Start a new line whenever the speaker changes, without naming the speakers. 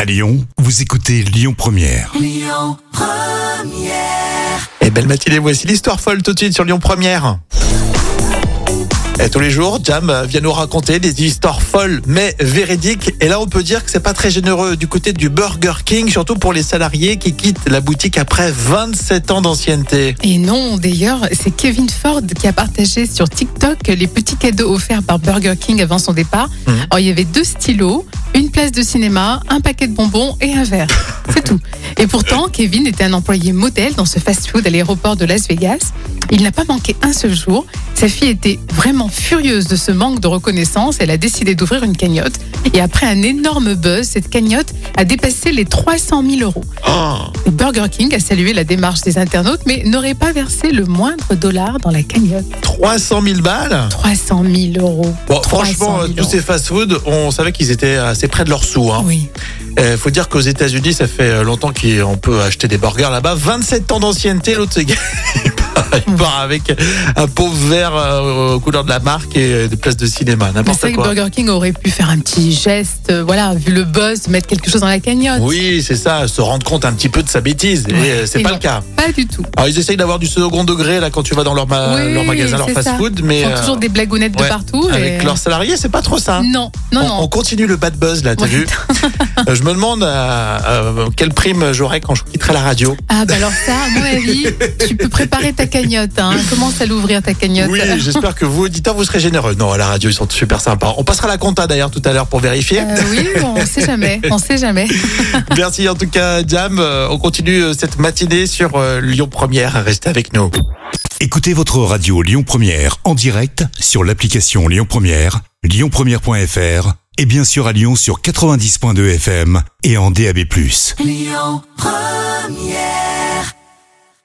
À Lyon, vous écoutez Lyon Première.
Et Eh, belle matinée, voici l'histoire folle tout de suite sur Lyon Première. Et tous les jours, Jam euh, vient nous raconter des histoires folles mais véridiques. Et là, on peut dire que c'est pas très généreux du côté du Burger King, surtout pour les salariés qui quittent la boutique après 27 ans d'ancienneté.
Et non, d'ailleurs, c'est Kevin Ford qui a partagé sur TikTok les petits cadeaux offerts par Burger King avant son départ.
Mhm.
Alors, il y avait deux stylos, une place de cinéma, un paquet de bonbons et un verre. C'est tout. Et pourtant, Kevin était un employé modèle dans ce fast-food à l'aéroport de Las Vegas. Il n'a pas manqué un seul jour. Sa fille était vraiment furieuse de ce manque de reconnaissance. Elle a décidé d'ouvrir une cagnotte. Et après un énorme buzz, cette cagnotte a dépassé les 300 000 euros.
Oh.
Burger King a salué la démarche des internautes, mais n'aurait pas versé le moindre dollar dans la cagnotte.
300 000 balles
300 000 euros.
Bon,
300 000
franchement, euh, tous
euros.
ces fast-food, on savait qu'ils étaient assez près de leur sou. Hein.
Oui.
Euh, faut dire qu'aux États-Unis, ça fait euh, longtemps qu'on peut acheter des burgers là-bas. 27 ans d'ancienneté, l'autre c'est Il part avec un pauvre verre euh, aux couleurs de la marque et euh, des places de cinéma,
Mais
n'importe
c'est vrai que
quoi.
Burger King aurait pu faire un petit geste, euh, voilà, vu le buzz, mettre quelque chose dans la cagnotte.
Oui, c'est ça, se rendre compte un petit peu de sa bêtise. Et
Ouais,
euh, c'est
mais
pas
non.
le cas.
Pas du tout.
Alors, ils essayent d'avoir du second degré là quand tu vas dans leur, ma-
Oui,
leur magasin, leur
c'est ça.
fast-food, mais
Ils font
euh,
toujours des blagounettes
ouais,
de partout.
avec Oh,
et-
leurs salariés, c'est pas trop ça.
Non, non,
on,
non.
on continue le bad buzz là, t'as
Ouais.
vu Euh, Je me demande euh, euh, quelle prime j'aurai quand je quitterai la radio.
Ah bah alors ça, à mon avis, tu peux préparer ta cagnotte. Hein. Commence à l'ouvrir ta cagnotte. Euh,
Oui, j'espère que vous, auditeurs, vous serez généreux. Non, à la radio, ils sont super sympas. On passera à la compta d'ailleurs tout à l'heure pour vérifier.
Euh, oui, on sait jamais, on sait jamais.
Merci en tout cas, Jam. Euh, On continue euh, cette matinée sur euh, Lyon Première. Restez avec nous.
Écoutez votre radio Lyon Première en direct sur l'application Lyon Première, lyonpremière.fr et bien sûr à Lyon sur 90.2 FM et en DAB+.
Lyon Première